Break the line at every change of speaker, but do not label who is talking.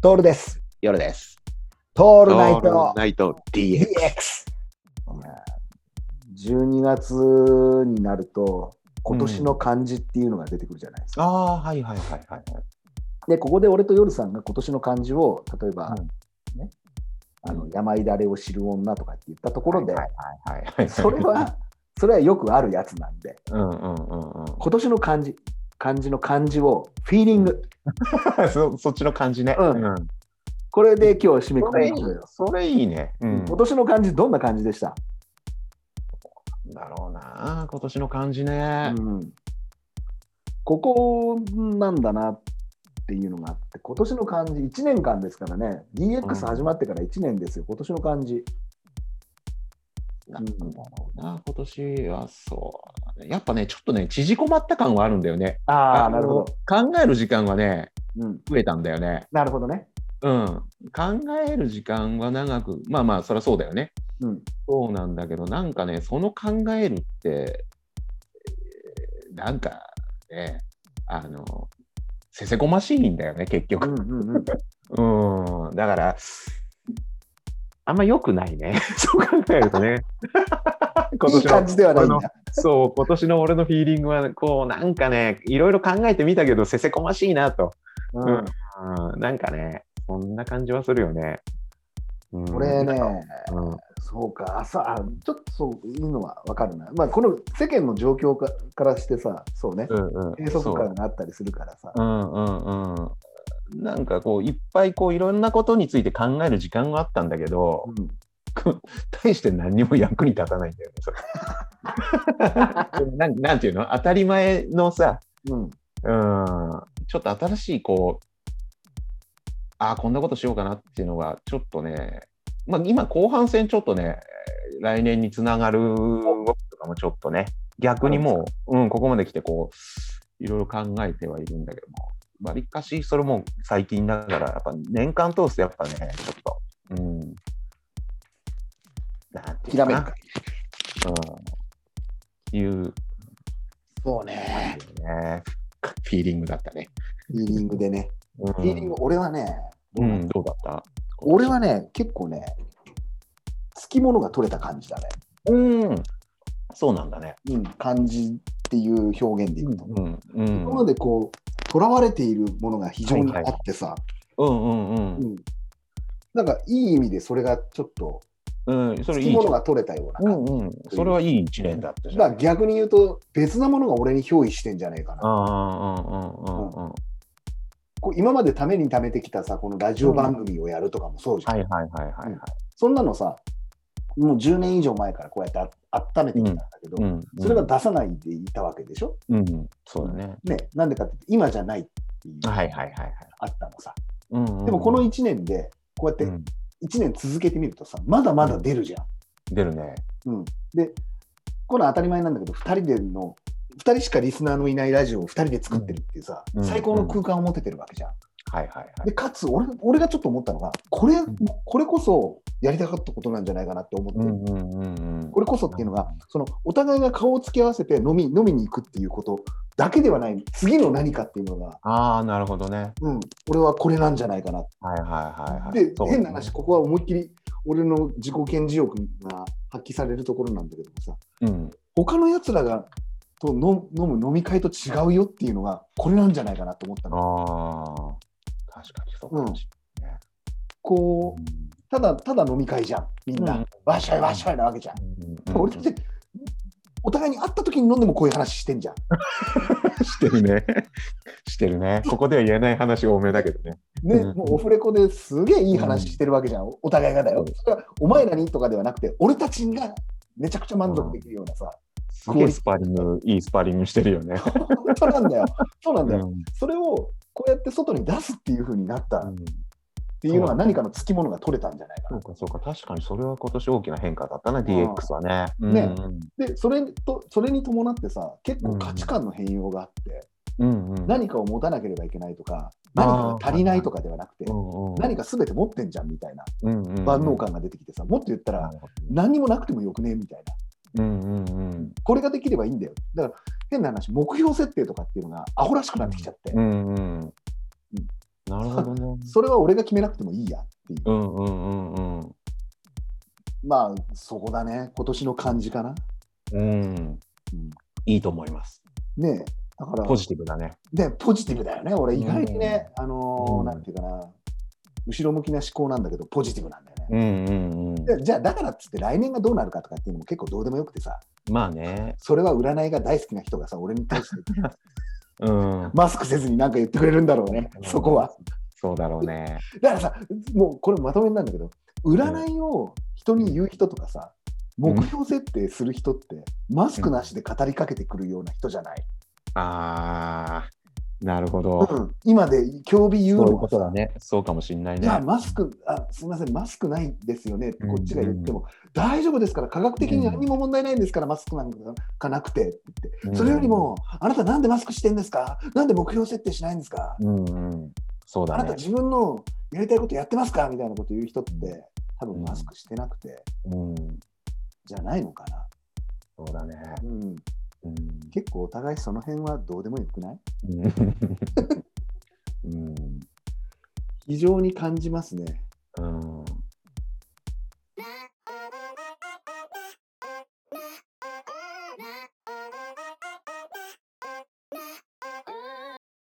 トールです。
夜です。
ト
オ
ールナイト
ナイト DX。
DX。お前12月になると、今年の漢字っていうのが出てくるじゃないですか。
ああ、はいはいはいはい。
で、ここで俺と夜さんが今年の漢字を、例えば、ね、あ
う
の
ん
山だれを知る女とかって言ったところで、
はいはいはいはい。
それ は、それはよくあるやつなんで、
うんうんうんうん。
今年の漢字、漢字の漢字を、フィーリング。
そ そっちの感じね。
うんこれで今日締めく
そ
く
れ
り
いい
ましょうよ。
それいいね。うん。
今年の漢字、どんな漢字でした、
だろうな。今年の感じね。
うん、ここなんだなっていうのがあって、今年の漢字、1年間ですからね、
うん
DX 始まってから1年ですよ、今年の漢字。
なんだろうな。今年はそうだね。やっぱね、ちょっとね、縮こまった感はあるんだよね。
あ
あ
あ、なるほど。
の。考える時間はね、
うん、
増えたんだよね。
なるほどね。
うん。考える時間は長く、まあまあ、そりゃそうだよね。
うん、
そうなんだけど、なんかね、その考えるって、えーなんかね、あの、せせこましいんだよね、結
う
局。
ん、うん、 うん。
うん、だから、あんま良くないね、 そう考える とね。今
いい
年
感
の
じではないんだ。
そう、今年の俺のフィーリングは、こう、なんかね、いろいろ考えてみたけど、せせこましいなと。
う
うんうん、なんかね、そんな感じはするよね。うん
ん、これね、、
うん、
そうか、朝、あちょっとそういうのはわかるな。まあ、この世間の状況かからしてさ、そうね
う、ん、うん。
閉塞
そう
感があったりするからさ。
うんうんうんなんかこういっぱいこういろんなことについて考える時間があったんだけど、
うん
大して何にも役に立たないんだよね、それ なんなんていうの当たり前のさ、
うん、
うん、ちょっと新しいこう、ああ、こんなことしようかなっていうのが、ちょっとね、まあ今後半戦ちょっとね、来年につながる動きとかもちょっとね、逆にもう、うん、ここまで来てこう、いろいろ考えてはいるんだけども、わりかしそれも最近だから、やっぱ年間通すとやっぱね、ちょっと、うん。なんていう
ひらめ
か
く
な。うん。いう
そうね、
ね、フィーリングだったね。
フィーリングでね。
うん
フィーリング、俺はね、
うん、どうだった
俺はね、結構ね、つきものが取れた感じだね。
うん、そうなんだね。
うん、感じっていう表現で言うと。
うん、うん、うん
今までこう、とらわれているものが非常にあってさ、
うん、うん
うん、なんかいい意味でそれがちょっと、
うん、そ
つ
れ
き
いい
も
じ
の
ゃん。
が取れたような
う
感じ。
ん、うん、それはいい一年だったじ
だ
ゃ
から
ん。
逆に言うと、別なものが俺に憑依してんじゃねえかな。
ああ、うん、うん、うん、うん。
こう今までためにためてきたさ、このラジオ番組をやるとかもそうじゃん。
はい、はい、はい、はい。はい
そんなのさ、もう10年以上前からこうやってあ温めてきたんだけど、
うん、
それが出さないでいたわけでしょ。
うん、そうだね。
ね、なんでかって言って今じゃないっていうのが
はい、はい、はい、はい。
あったのさ、
うんうんうん
でもこの1年でこうやって
うん
1年続けてみるとさまだまだ出るじゃん、
出るね。
でこの当たり前なんだけど2人での2人しかリスナーのいないラジオを2人で作ってるっていうさ、
うん
最高の空間を持ててるわけじゃん、
はい、はい、は
で
い。
かつ俺俺がちょっと思ったのがこれ
ん
これこそやりたかったことなんじゃないかなって思って、
うん、うん、うん、うん。
これこそっていうのがそのお互いが顔を突き合わせて飲み飲みに行くっていうことだけではない次の何かっていうのが、
ああ、なるほどね。
うん、俺はこれなんじゃないかなって
はい、はい、はい、はい。
で、
そうだね
変な話、。ここは思いっきり俺の自己顕示欲が発揮されるところなんだけどもさ、
うん、
他のやつらがと飲む飲む飲み会と違うよっていうのが、これなんじゃないかなと思ったの。
ああ。確かに、そうかもし
こ
れ
う
ない。
ただただ飲み会じゃん、みんな。
うん
わっしゃいわっしゃいなわけじゃん。
うん
俺たち、お互いに会った時に飲んでもこういう話してんじゃん。
してるね。 してるね。ここでは言えない話多めだけどね。
ね、
うん
もうオフレコですげえいい話してるわけじゃん、お互いがだよ
う。ん
それはお前らにとかではなくて、俺たちがめちゃくちゃ満足できるような さ、
すげえスパーリング、いいスパーリングしてるよね。
本当なんだよ。そうなんだよ。
うん
それをこうやって外に出すっていう風になったっ
そ
ていうのは何かのつきものが取れたんじゃないかな
う。か、そうか。確かにそれは今年大きな変化だったな、
ん
DX はね。
ね
うん
でそれとそれに伴ってさ結構価値観の変容があって、
うんうん。
何かを持たなければいけないとか
あー
何かが足りないとかではなくて、
うんうん
何か全て持ってんじゃんみたいな
うんうんうん
万能感が出てきてさもっと言ったら何にもなくてもよくねみたいな
うんうんうん
これができればいいんだよだから変な話目標設定とかっていうのがアホらしくなってきちゃって、
うんうんなるほどね。
それは俺が決めなくてもいいやっていう。
うんうんうんうん。
まあ、そこだね。今年の感じかな。
うん。
うん
いいと思います。
ねえ。だから、
ポジティブだね。
ね、ポジティブだよね。俺、意外にね、あのー
うん
なんていうかな、後ろ向きな思考なんだけど、ポジティブなんだよね。
うんうんうん。
でじゃあ、だからっつって来年がどうなるかとかっていうのも結構どうでもよくてさ、
まあね。
それは占いが大好きな人がさ、俺に対 して
うん。
マスクせずに何か言ってくれるんだろうね、そこは。。
そうだろうね。
だからさ、もうこれまとめになるんだけど、占いを人に言う人とかさ、
うん
目標設定する人って、マスクなしで語りかけてくるような人じゃない。
ああ、なるほど。
うん、今で興味言う
そう
の
いう
は
こ
さ
とだね。そうかもしんない
い
ね。
や、マスク、あすみません、マスクないですよねってこっちが言っても、大丈夫ですから、科学的に何も問題ないんですから、マスクなんかなくてって言って、
うん
それよりも、あなた、なんでマスクしてんですか、なんで目標設定しないんですか、
うんうん。そう
あ
だ
な
ね
た、。自分のやりたいことやってますかみたいなこと言う人って、多分マスクしてなくて、
うん。
じゃないのかな、
そうだね。
うん、
うん。
結構お互いその辺はどうでもよくない
うん。うん
非常に感じますね。